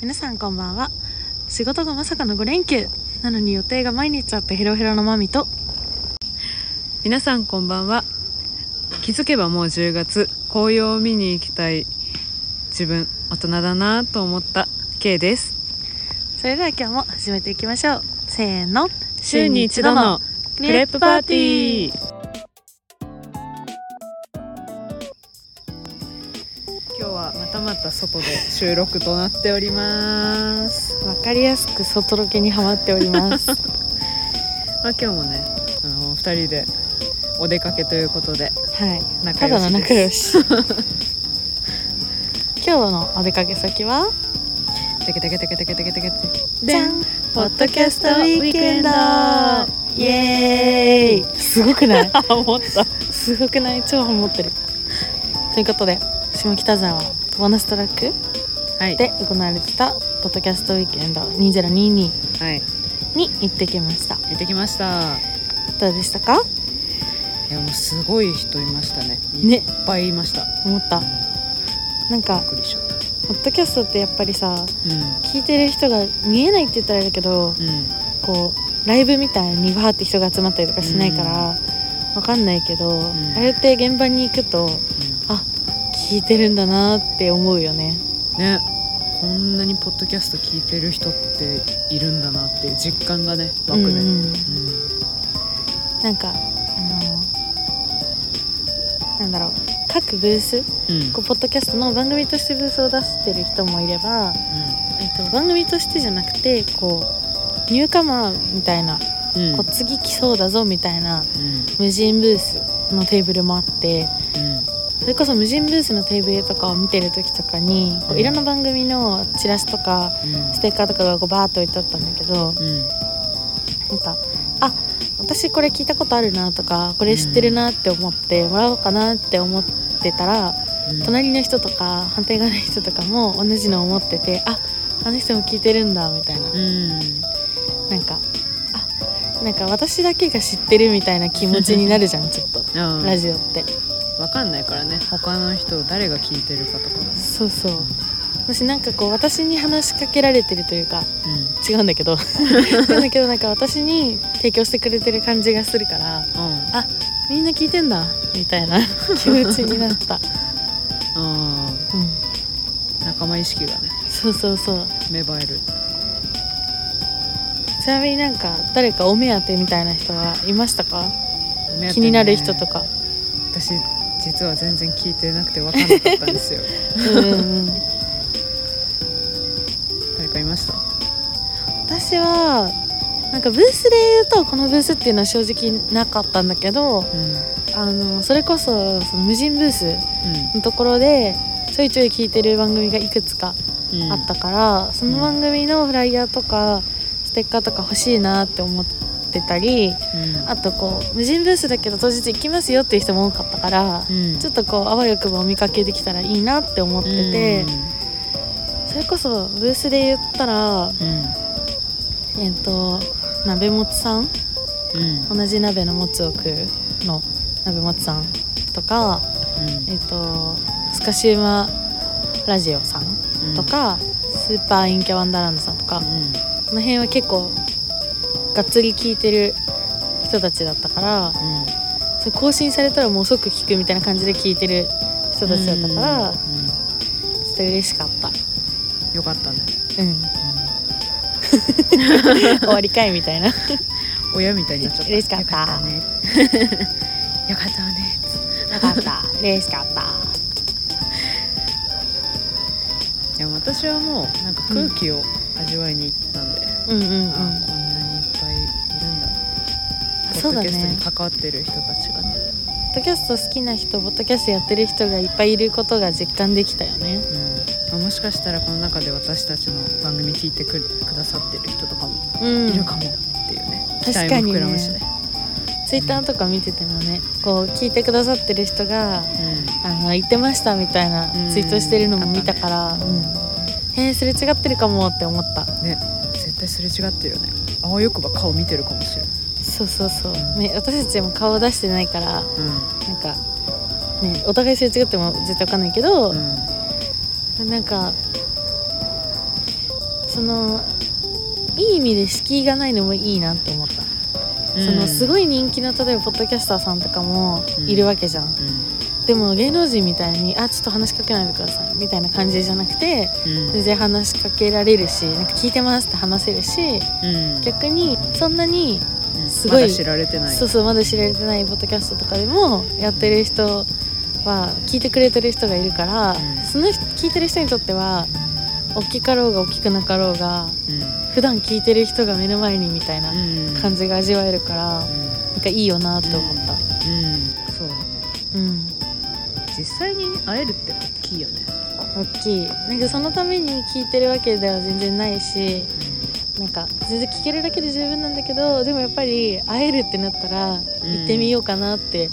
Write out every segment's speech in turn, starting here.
皆さんこんばんは仕事がまさかの5連休なのに予定が毎日あってヘロヘロのマミと皆さんこんばんは気づけばもう10月紅葉を見に行きたい自分大人だなと思った K ですそれでは今日も始めていきましょうせーの週に一度のクレープパーテーィー今日はまたまた外で収録となっております、わかりやすく外ロケにハマっております まあ、今日もねあの2人でお出かけということではい仲た良だのし仲で良す し今日のお出かけ先はテケテケテケテケテケテケテケじゃんポッドキャストウィークエンドイエーイすごくない 思ったすごくない超ハモってるということで下北沢ボーナストラックはいで行われてたポッドキャストウィークエンド2022はいに行ってきました行ってきましたどうでしたかいやもうすごい人いましたねいねっぱいいました、思ったなんびかっくりしちゃったポッドキャストってやっぱりさう聞いてる人が見えないって言ったらあれだけどんうんこうライブみたいにバーって人が集まったりとかしないから、わかんないけど、んあれって現場に行くと聞いてるんだなって思うよねねこんなにポッドキャスト聞いてる人っているんだなっていう実感がね湧くね、ううんんうんなんかあのなんだろう各ブースうんこうポッドキャストの番組としてブースを出してる人もいれば、えっと、番組としてじゃなくてこうニューカマーみたいな、うんこう次来そうだぞみたいなうん無人ブースのテーブルもあってうんそれこそ無人ブースのテーブルとかを見てる時とかにこううんいろんな番組のチラシとかステッカーとかがこうバーっと置いてあったんだけどうんうんなんかあ私これ聞いたことあるなとかこれ知ってるなって思ってもらおうかなって思ってたらうん隣の人とか反対側の人とかも同じのを持っててああの人も聞いてるんだみたいなうんなんかあなんか私だけが知ってるみたいな気持ちになるじゃん ちょっとあラジオってわかんないからね他の人誰が聞いてるかとかがそうそうもしなんかこう私に話しかけられてるというかうん違うんだ けど違うんだけどなんか私に提供してくれてる感じがするからあみんな聞いてんだみたいな気持ちになった、あうん、ー仲間意識がねそうそうそう芽生えるちなみになんか誰かお目当てみたいな人はいましたか目当てね気になる人とか、私実は全然聞いてなくて分かんなかったんで すようんうん、誰かいました 私はなんかブースで言うとこのブースっていうのは正直なかったんだけどうんあのそれこそその無人ブースのところでちょいちょい聞いてる番組がいくつかうんあったから、その番組のフライヤーとかステッカーとか欲しいなって思ってたりうんあとこう無人ブースだけど当日行きますよっていう人も多かったから、うんちょっとこうあわよくばお見かけできたらいいなって思ってて、それこそブースで言ったらうんえっ、と鍋もつさんうんうん同じ鍋のもつを食うの鍋もつさんとかえっ、とスカシウマラジオさんうんとか、スーパーインキャワンダーランドさんとか、うんこの辺は結構がっつり聞いてる人たちだったからうんそれ更新されたらもう即聞くみたいな感じで聞いてる人たちだったから、うんちょっと嬉しかったよかったねうん 終わりかいみたいな親みたいになっちゃった嬉しかったよかったね よかったねよかった嬉しかったでも私はもうなんか空気を味わいに行ったんでうんうんうあーんこんなにいっぱいいるんだポそうッだドキャストねに関わってる人たちがねポッドキャスト好きな人ポッドキャストやってる人がいっぱいいることが実感できたよねうんまあもしかしたらこの中で私たちの番組聞いてくるくださってる人とかもうんいるかもっていうね、確かにね期待も膨らむしねツイッターとか見ててもねこう聞いてくださってる人が「あの言ってました」みたいなうんツイートしてるのも見たから、うんえー、すれ違ってるかもって思ったね絶対すれ違ってるよねあわよくば顔見てるかもしれない、そうそうそう、ね、私たちも顔出してないからなんか、ね、お互いすれ違っても絶対わかんないけど、うんなんかそのいい意味で敷居がないのもいいなって思った、そのすい、ごい人気の例えばポッドキャスターさんとかもうんいるわけじゃん、うでも芸能人みたいに「あちょっと話しかけないでください」みたいな感じじゃなくてんうん全然話しかけられるしなんか聞いてますって話せるしうん逆にそんなに、うんすごいまだ知られてないそうそうまだ知られてないポッドキャストとかでもやってる人は聞いてくれてる人がいるから、うんその人聞いてる人にとっては大きかろうが大きくなかろうがうん普段聞いてる人が目の前にみたいなうん感じが味わえるから、なんかいいよなって思った。うん、うんそうだねうん実際に会えるって大きいよね、大きいなんかそのために聞いてるわけでは全然ないしなんか全然聞けるだけで十分なんだけどでもやっぱり会えるってなったら行ってみようかなって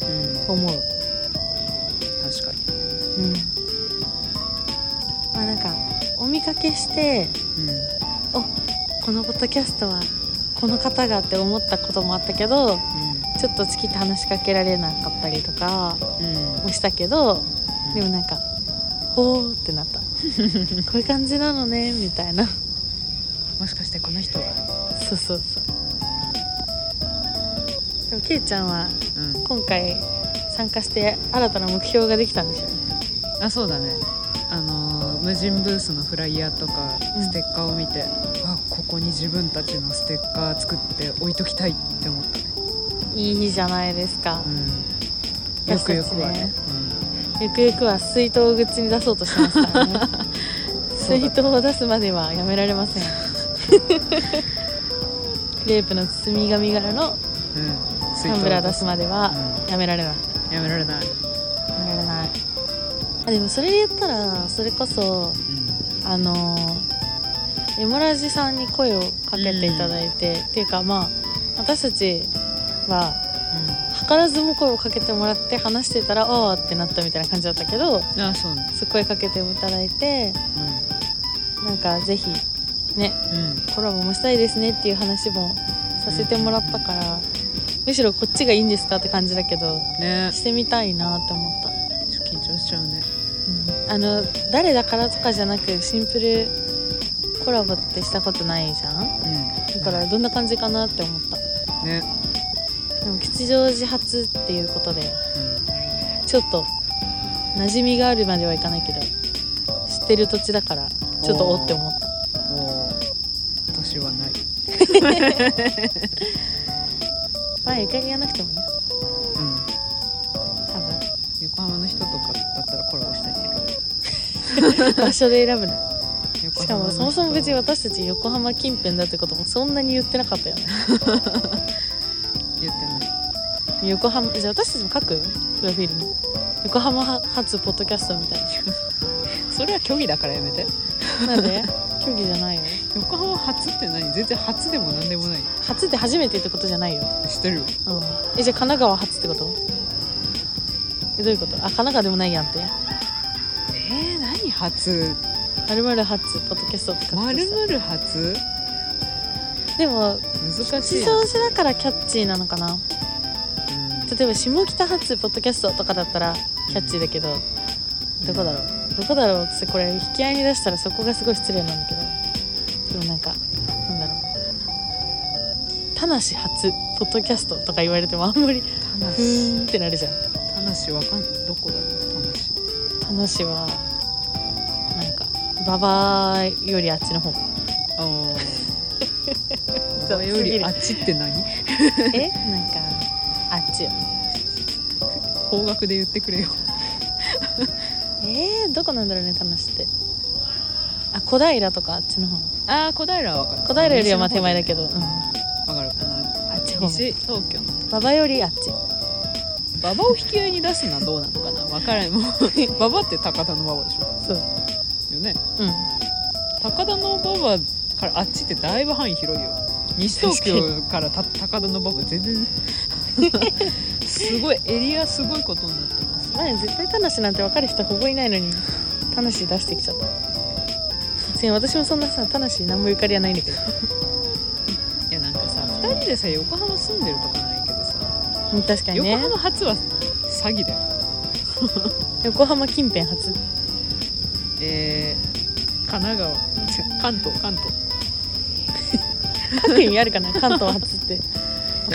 うん思う、確かに、うんまあなんかお見かけしてうこのポッドキャストはこの方がって思ったこともあったけどちょっとチキって話しかけられなかったりとかんうんもしたけどうん、でもなんか「ほー」ってなったこういう感じなのねみたいな もしかしてこの人が、そうそうそうでもけいちゃんはうん、今回参加して新たな目標ができたんでしょあそうだねあのー無人ブースのフライヤーとかうんステッカーを見て、あここに自分たちのステッカー作って置いときたいって思ったね、いいじゃないですかうん、よくよくはねゆくゆくは水筒を口に出そうとしますからねそうだ水筒を出すまではやめられ ませんクレープの包み紙柄のうん、うん、タンブラー出すままではやめられないうん、やめられない、やめられないあでもそれで言ったらそれこそあのーエモラジさんに声をかけていただいて、っていうかまあ私たちは図らずも声をかけてもらって話してたらああってなったみたいな感じだったけどうん、あそうねそう声かけていただいてなんかぜひねうん、うん、コラボもしたいですねっていう話もさせてもらったから、むしろこっちがいいんですかって感じだけどねしてみたいなって思った。ちょっと緊張しちゃうねあの誰だからとかじゃなくシンプルコラボってしたことないじゃんうんだからどんな感じかなって思ったね、でも吉祥寺発っていうことでうんちょっと馴染みがあるまではいかないけど知ってる土地だからちょっとおって思ったもう私はない、まあゆかりがなくてもねうん、多 横浜の人とかだったらコラボしたいんだけど分場所で選ぶの横しか浜のも人そもそも別に私たち横浜近辺だってこともそんなに言ってなかったよね言ってない横浜じゃあ私たちも書くプロフィールに横浜発ポッドキャストみたいそれは虚偽だからやめてななんで競技じゃないよ横浜初って何全然初でも何でもない初って初めてってことじゃないよ、知ってるようん、えじゃあ神奈川初ってことえどういうことあ神奈川でもないやんってえー、何初まるまる初ポッドキャストって書くとさまるまる初でも難し吉いな、う祥寺だからキャッチーなのかなん例えば下北発ポッドキャストとかだったらキャッチーだけど、どこだろうどこだろうってこれ引き合いに出したらそこがすごい失礼なんだけどでもなんかなんだろう田無初ポッドキャストとか言われてもあんまり田無ふーんってなるじゃん田無わかんどこだろう田無田無はなんか馬場よりあっちの方あ あ雑そすれぎるよりあっちって何 えなんかあっちよ方角で言ってくれよえー、どこなんだろうね田無ってあ小平とかあっちの方ああ小平はわかる小平よりはまあ手前だけどど、うん、あわかるかなっち方面西東京の馬場よりあっち馬場を引き合いに出すのはどうなのかな分からんもう馬場って高田の馬場でしょそうよねうん高田の馬場からあっちってだいぶ範囲広いよ西東京からた高田の馬場全然すごいエリアすごいことになってます前絶対田無なんて分かる人ほぼいないのに田無出してきちゃった別に私もそんなさ田無何もゆかりはないんだけどいやなんかさ2人でさ横浜住んでるとかないけどさ、うん確かに横ね浜初は詐欺だよ横浜近辺初 えー、神奈川違う関東関東書く意味あるかな関東初って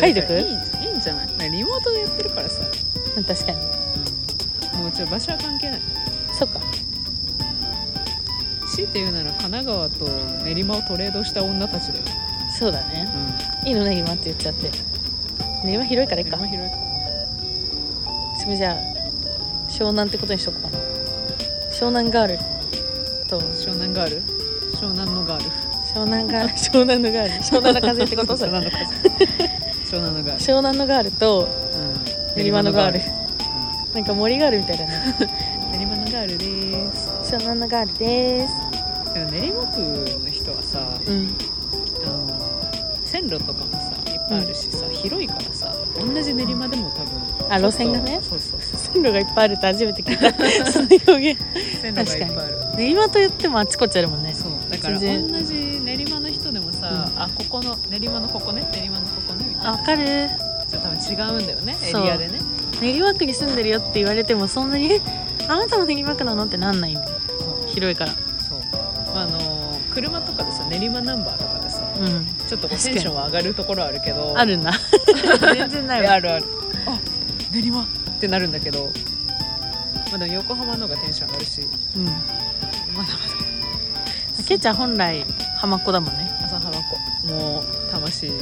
書いとやくいいいいんじゃないまあリモートでやってるからさ、うん確かにもうちょっと場所は関係ないそっか強いて言うなら神奈川と練馬をトレードした女たちだよ、そうだねいいのね今って言っちゃってね今広いからいい練か馬広いか自分じゃあ湘南ってことにしとこうかな湘南ガールと湘南ガール湘南のガール湘南ガール 湘南のガール湘南の風って ことそ湘れ 南の風湘南のガー湘南のガールとル、うん練馬のガールうなんか森ガールみたいだねん練馬のガールです湘南のガールですでも練馬区の人はさうんあの線路とかもさいっぱいあるしさ、広いからさ同じ練馬でも多分あちょっと路線がねそうそうそう線路がいっぱいあるって初めて聞いた その表現線路がいっぱいある練馬と言ってもあちこちあるもんねそうだから全然同じ練馬の人でもさ、あここの練馬のここね練馬のここねみたいあなわかるじゃあ多分違うんだよねエリそうアでね練馬区に住んでるよって言われてもそんなにえ 「あなたも練馬区なの?」ってなんないんだよそう広いからそう、まあ、あのー車とかでさ練馬ナンバーとかでさうんちょっとこ確うかテにンションは上がるところはあるけどあるんだ 全然ないえわあるあるあ練馬ってなるんだけどまあでも横浜の方がテンション上がるしうんまだけいちゃん本来浜っ子だもんねまだ朝浜っ子もう魂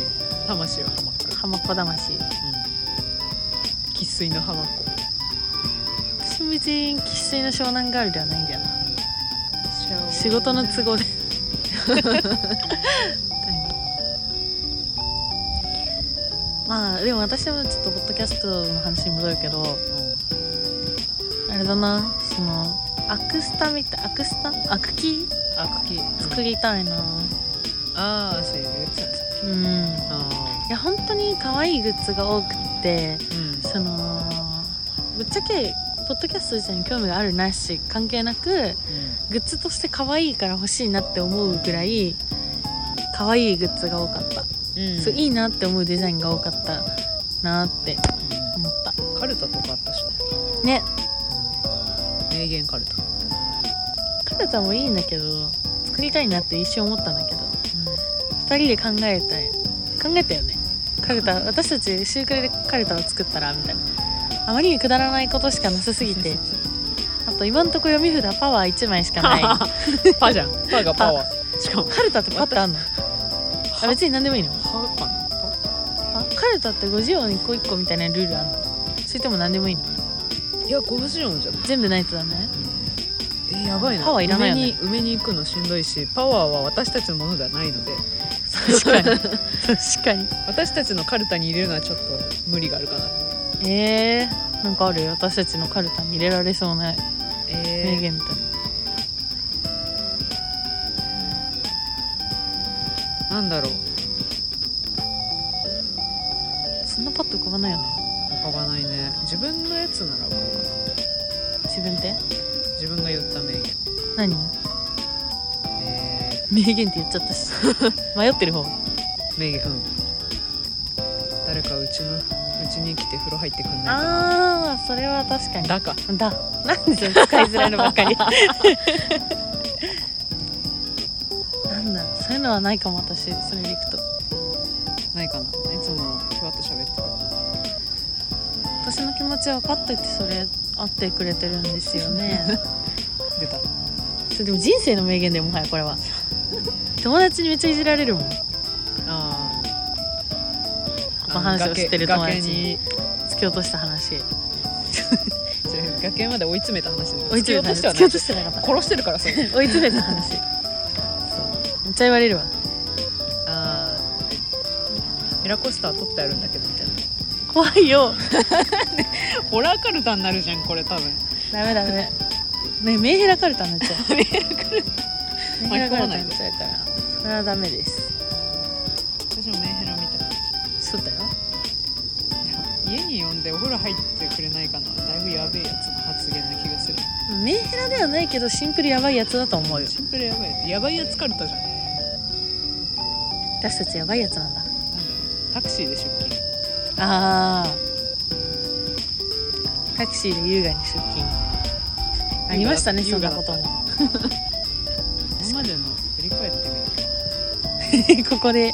魂は浜っ子浜っ子魂生粋の浜っ子私も別に生粋の湘南ガールではないんだよな仕事の都合でまあでも私もちょっとポッドキャストの話に戻るけどうあれだなそのアクスタみたいアクスタアクキーん、あ茎作りたいなああそういうやつうんいあや本当に可愛いグッズが多くってーうんそのぶっちゃけポッドキャスト自体に興味があるなし関係なくグッズとして可愛いから欲しいなって思うぐらい可愛いグッズが多かった、うん、そういい、いなって思うデザインが多かったなって思ったカルタとかあったしね、ね名言カルタ、カルタもいいんだけど作りたいなって一瞬思ったんだけど2人で考えたい考えたよねカルタ私たち週くらいでカルタを作ったらみたいなあまりにくだらないことしかなさすぎてあと今んとこ読み札パワー1枚しか ない パじゃんパがパワーしかもカルタってパッとあんのあ別に何でもいいのパかなあカルタって50音1個1個みたいなルールあんのそれとも何でもいいのいや50音じゃない全部ないとダメえーやばいなパワーいらないよね埋めに埋めに行くのしんどいしパワーは私たちのものではないので確かに 確かに 私たちのカルタに入れるのはちょっと無理があるかなえー、なんかある私たちのカルタに入れられそうなえ名言みたいな、なんだろうそんなパッと浮かばないよね浮かばないね自分のやつなら浮かぶか自分ってな自分が言った名言何え名言って言っちゃった し迷ってる方ー、名言うん誰かうちのうちに来て風呂入ってくんないかあーそれは確かになだかだなんでそれ使いづらいのばっかりなんだそういうのはないかも私それでいくとないかないつもふわっと喋ってる私の気持ちは分かっててそれ合ってくれてるんですよね出た それでも人生の名言だよもはやこれは 友達にめっちゃいじられるもんこあーあの話を知ってる友達にに突き落とした話崖まで追い詰めた話で追い詰めたし話て突はなきい落としてなかった殺してるからそれ追い詰めた話そうめっちゃ言われるわあーミラコスター取ってあるんだけどみたいな怖いよホラーカルタになるじゃんこれ多分ダメダメねメンヘラカルタになっちゃう メンヘラカルタになっちゃうからそれはダメです私もメンヘラみたいなそうだよ家に呼んでお風呂入ってくれないかなだいぶやべえやつの発言な気がするメンヘラではないけどシンプルやばいやつだと思うよシンプルやばいやつやばいやつカルタじゃんなんだ私たちやばいやつなんだろうタクシーで出勤ああタクシーで優雅に出勤ありましたねそ優ん雅なだことも今までの振り返ってみる ここで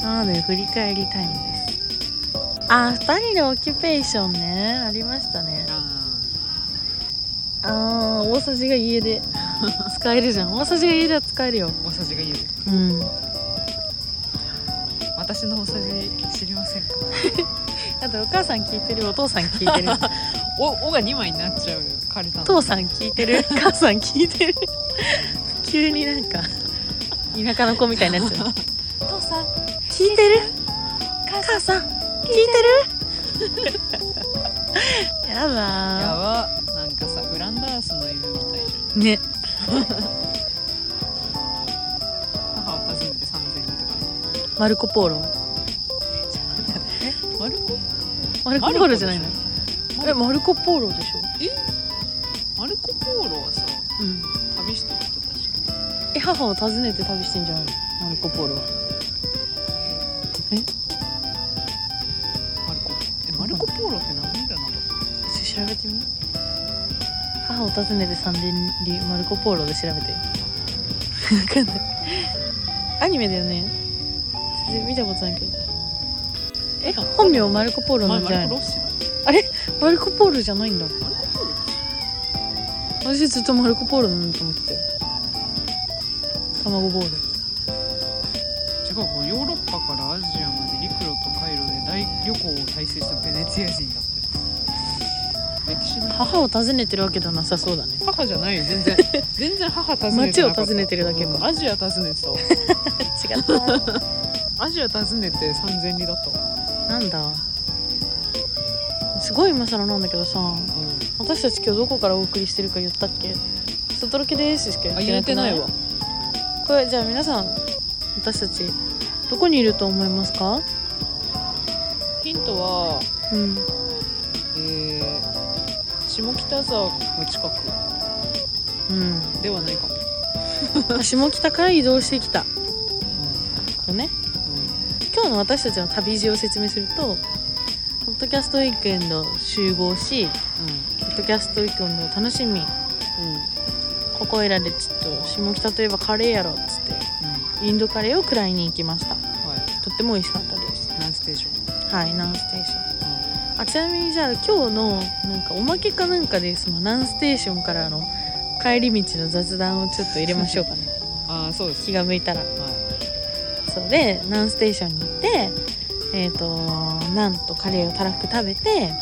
今まで振り返りタイムですあ二人でオキュペーションねありましたねあー大さじが家で 使えるじゃん大さじが家では使えるよ大さじがいいですうん私の大さじ知りませんかあとお母さん聞いてるお父さん聞いてるお「お」が2枚になっちゃうよ借りたの 父さん聞いて る母さん聞いてる 急になんか田舎の子みたいになっち ゃう父さん聞いてる母さん聞いてる ややだばなんかさフランダースの犬みたいじーねゃん母を訪ねて三千里とかマルコポーロマルコマルコポーロじゃないのマえルコマルコポーロでしょ、マルコポーロはさうん、旅してる人たちえ母を訪ねて旅してんじゃないのマルコポーロはマルコえマルコポーロって何人だなちょっと調べてみ母を訪ねて三連里マルコポーロで調べてわかんないアニメだよね全然見たことないけどえ本名マルコポーロなマんルじゃないコロのッシだマルコポーロじゃないんだマルコポーロって私ずっとマルコポーロなんだと思ってたよ卵ボール違うこれヨーロッパからアジアまで陸路と回路で大旅行を体制したベネツィア人だって歴史の母を訪ねてるわけではなさそうだね母じゃないよ全 然全然母訪ねて街をなか訪ったねてるだけうんか、アジア訪ねてたわ違ったアジア訪ねて三千里だったわ、なんだすごい今更なんだけどさ私たち今日どこからお送りしてるか言ったっけ外ロケですしか言っあてなくな言いえてないわこれじゃあ皆さん私たちどこにいると思いますかヒントはうんえー、下北沢の近くうんではないかも、あ下北から移動してきたのねう今日の私たちの旅路を説明するとポッドキャストウィークエンド集合しポッドキャストウィークエンドを楽しみんうんうんここいらでちょっと下北といえばカレーやろっつってインドカレーを食らいに行きましたはいとっても美味しかったです何ステーション、はいナンステーションあちなみにじゃあ今日のなんかおまけかなんかでそのナンステーションからの帰り道の雑談をちょっと入れましょうかね ああそうです気が向いたらはそうでナンステーションに行ってえっ、となんとカレーをたらふく食べて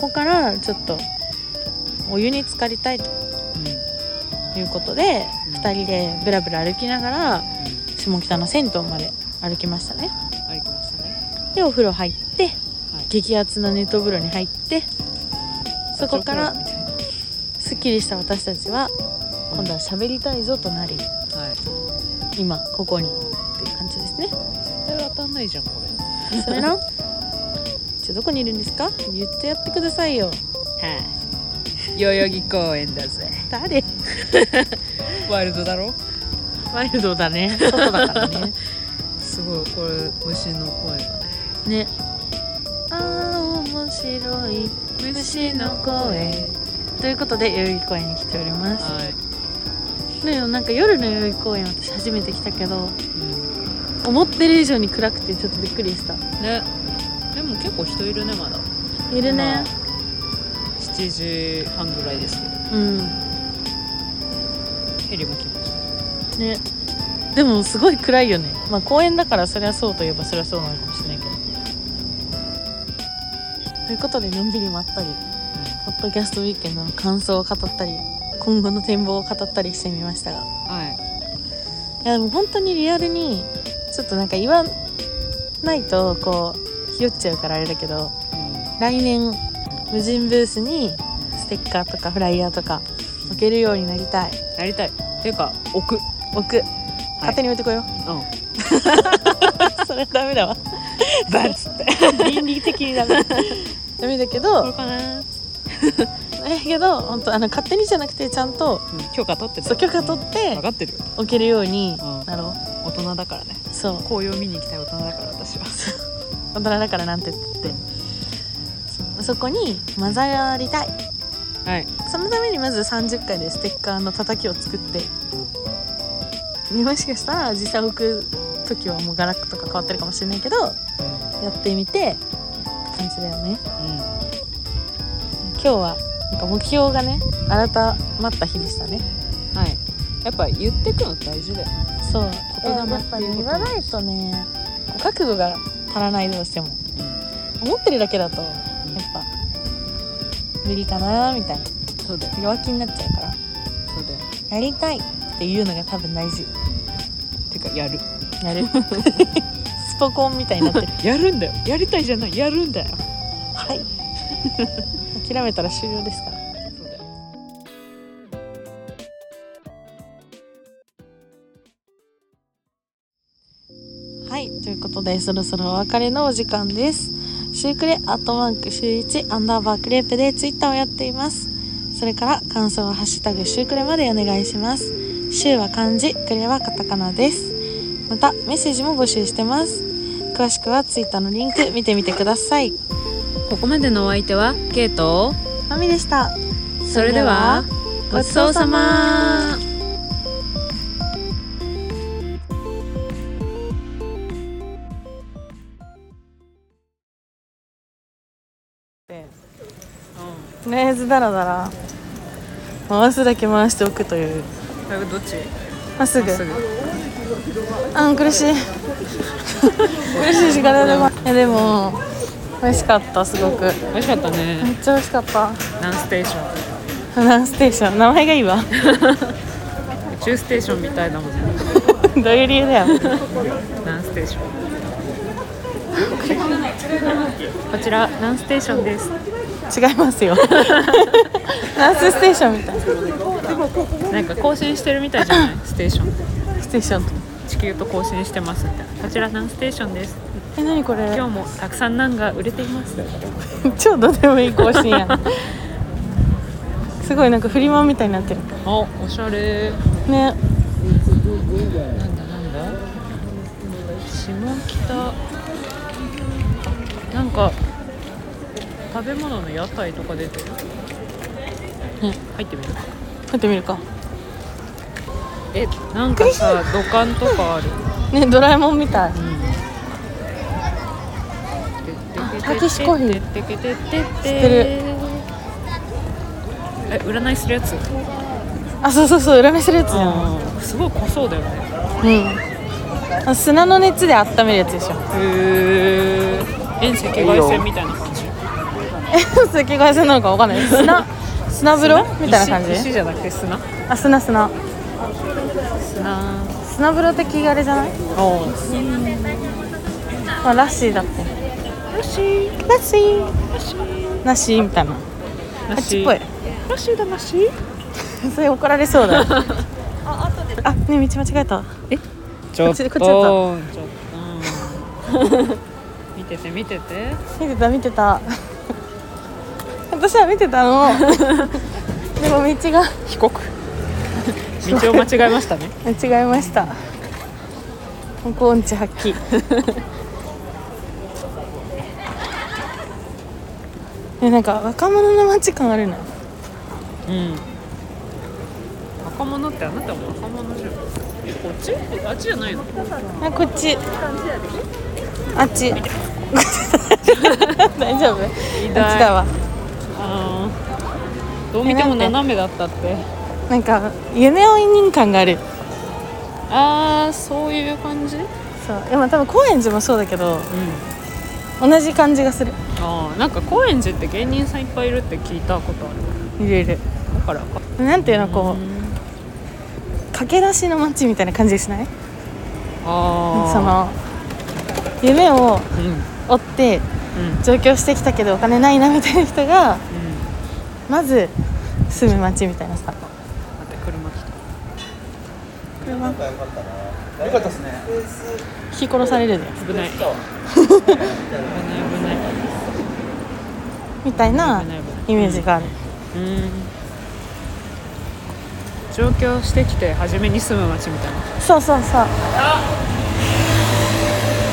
ここからちょっとお湯に浸かりたいとい、うんうんいうことでうん2人でブラブラ歩きながらうん下北の銭湯まで歩きましたねありましたね。でお風呂入ってはい激アツな熱湯風呂に入ってそこからダチョウ倶楽部みすっきりした私たちは今度は喋りたいぞとなりたいな。はい。今ここにっていう感じですね絶対当たんないじゃんこれ。それ なじゃあどこにいるんですか言ってやってくださいよはい。 代々木公園だぜ。誰ワイルドだろ。ワイルドだね 外だからねすごいこれ虫の声がね。ねあー面白い虫の声ということで代々木公園に来ておりまはい。すでもなんか夜の代々木公園私初めて来たけどうん。思ってる以上に暗くてちょっとびっくりしたね。でも結構人いるねまだ。いるね七時半ぐらいですけど。うんヘリも来ましねでもすごい暗いよねまあ公園だからそりゃそうといえばそりゃそうなのかもしれないけどということでのんびりまったりた。ポッドキャストウィークエンドの感想を語ったり今後の展望を語ったりしてみましたがはい。いやでも本当にリアルにちょっとなんか言わないとこうひよっちゃうからあれだけど来年無人ブースにステッカーとかフライヤーとか置けるようになりたいやりたい。っていうか置く。置く勝手に置いてこ よう、うん。それダメだわ バッつって。 倫理的にダメ ダメだけどかな。だけど本当あの勝手にじゃなくてちゃんと許可取ってた。そう許可取って分かってるよ。置けるようにうんなろ大人だからね。うそう紅葉見に行きたい大人だから私は。大人だからなんて言ってそうそこに混ざりたいはい。そのためにまず30回でステッカーのたたきを作ってもしかしたら自社服時はもうガラッとか変わってるかもしれないけどやってみてって感じだよね今日はなんか目標がね改まった日でしたねはいやっぱ言ってくの大事だよねそう言霊やっぱりっていうこと言わないとね覚悟が足らないどうしても思ってるだけだとやっぱ無理かなみたいなそうだよ弱気になっちゃうからそうだよやりたいっていうのが多分大事てかやるやる スポコンみたいになって るやるんだよやりたいじゃないやるんだよはい諦めたら終了ですからそうだよはい、ということで、そろそろお別れのお時間です。シュークレアットマーク週1アンダーバークレープでツイッターをやっています。それから感想はハッシュタグシュークレまでお願いします。シューは漢字、クレはカタカナです。また、メッセージも募集してます。詳しくはツイッターのリンク見てみてください。ここまでのお相手はケイトまみでした。それではごちそうさまとりあえずダラダラ回すだけ回しておくという。どっちまっすぐ。すぐあん苦しい苦しいし体がいやでも美味しかったすごくめっ美味しかったねちゃ美味しかった何ステーションフランスステーション名前がいいわ 宇宙ステーションみたいだもんねどういう理由だよ何ステーションこちら何ステーションです違います よフランスステーションみたいななんか更新してるみたいじゃないステーションステーションと地球と更新してますみたいなこちら何ステーションですえ何これ今日もたくさん何が売れています超どうでもいい更新やんすごいなんかフリマみたいになってるおおしゃれねなんだなんだ下北なんか食べ物の屋台とか出てるうん入ってみる入ってみるかえなんかさ土管とかあるねドラえもんみたいたたけしコーヒー知っててるえ占いするやつあそうそうそう裏目するやつじゃんあーすごい濃そうだよねうんあ砂の熱で温めるやつでしょへえ遠赤外線みたいな感じ赤外線なのかわかんない砂砂風呂みたいな感石石じじゃなくて砂あ砂砂砂砂風呂的あれじゃない、おーまあ、ラッシーだってよしラッシーよしナッシーみたいななあっちっぽいなしだなしそれ怒られそうだ ああね道間違えたちょっとこっちこちょっと見てて見てて見てた見てた 私は見てた のでも道が被告 道を間違えましたね間違えました香港音痴発 揮ねなんか若者の街感あるなうん若者ってあなたも若者じゃんえこっちあっちじゃないのあこっちあっち 大丈夫あっちたいだわあーどう見ても斜めだったってなんか夢追い人感があるああそういう感じうんそうでも多分高円寺もそうだけど同じ感じがするあーなんか高円寺って芸人さんいっぱいいるって聞いたことあるいるいるだからかなんていうのこう駆け出しの街みたいな感じしないああその夢をうんうん追ってうん上京してきたけどお金ないなみたいな人がまず住む街みたいなさ待って車来た引き殺されるで危ない危ない危ないみたいな危ない危ないイメージがあるうん上京してきて初めに住む町みたいなそうそうそ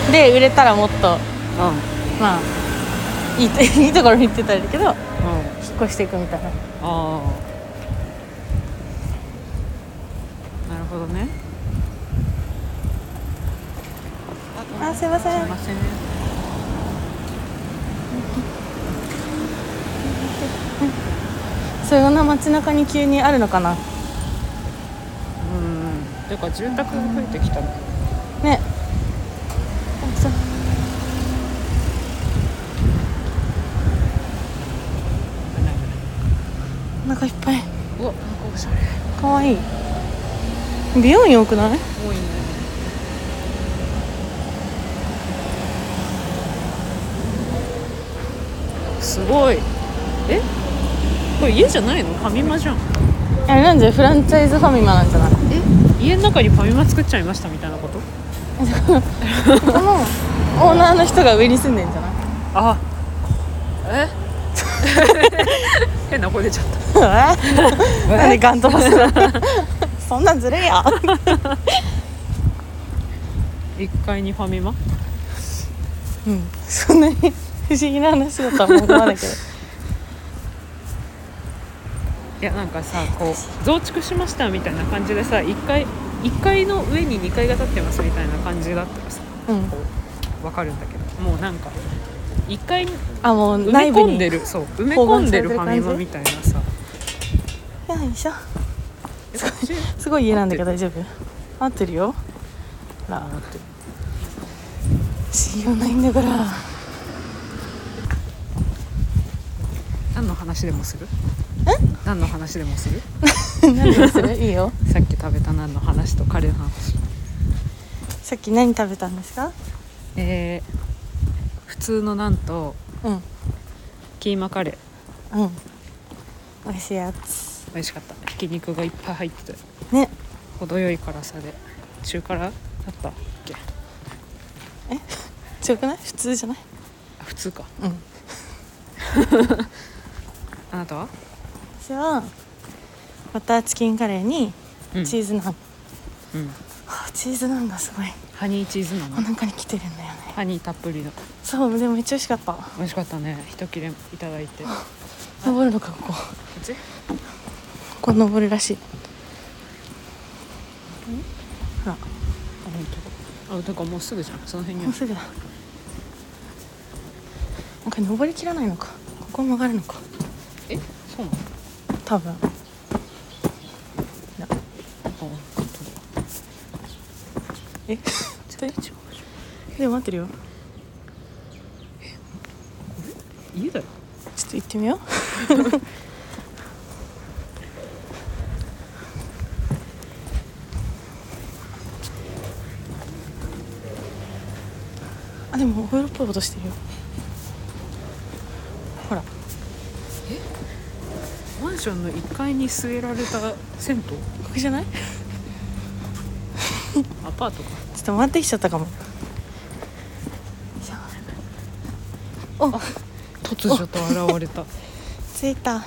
うで売れたらもっとうんまあいいといいところに行ってたりだけどうん引っ越していくみたいなああなるほどねあすいませんませんそんな街中に急にあるのかなうんてか住宅が増えてきたねねそうお腹いっぱいうわなんかおしゃれかわいい美容院多くない多いねすごいえこれ家じゃないのファミマじゃんあれなんじゃないフランチャイズファミマなんじゃないえ家の中にファミマ作っちゃいましたみたいなことここのオーナーの人が上に住んでんじゃないあえ変な声出ちゃっなんでガン飛ばすのそんなんずるいよた1階にファミマうんそんなに不思議な話だとは思わないけどいやなんかさこう増築しましたみたいな感じでさ1階1階の上に2階が建ってますみたいな感じだったらさうんこうわかるんだけどもうなんか1階にあもう埋内め部込んにでるそう埋め込んでるフ包含されてる感じァミマみたいなさよいしょえこっちすごい家なんだけど大丈夫合ってるよほあら待って信用ないんだから何の話でもする何の話でもする何でするいいよさっき食べた何の話とカレーの話さっき何食べたんですかえー普通のなんとうんキーマカレーうん美味しいやつ美味しかったひき肉がいっぱい入っててね程よい辛さで中辛だったっけ強くない普通じゃないあ普通かうんあなたは私はバターチキンカレーにチーズナン、うん、うん、はあチーズナンがすごいハニーチーズなのお腹に来てるんだよねハニーたっぷりのそうでもめっちゃ美味しかった美味しかったね一切れいただ いてこ登るのかここっちここ登るらしいほらあ本当。あだからもうすぐじゃんその辺にもあ うるすぐだなんか登りきらないのかここ曲がるのかえそうなの多分あ本当えだ絶対違うじでも待ってるよゃん家だよちょっと行ってみよう あでもお風呂っぽいことしてるよほらマンションの1階に据えられた銭湯ここじゃないちアパートかょっと回ってきちゃったかも突如と現れた 着いた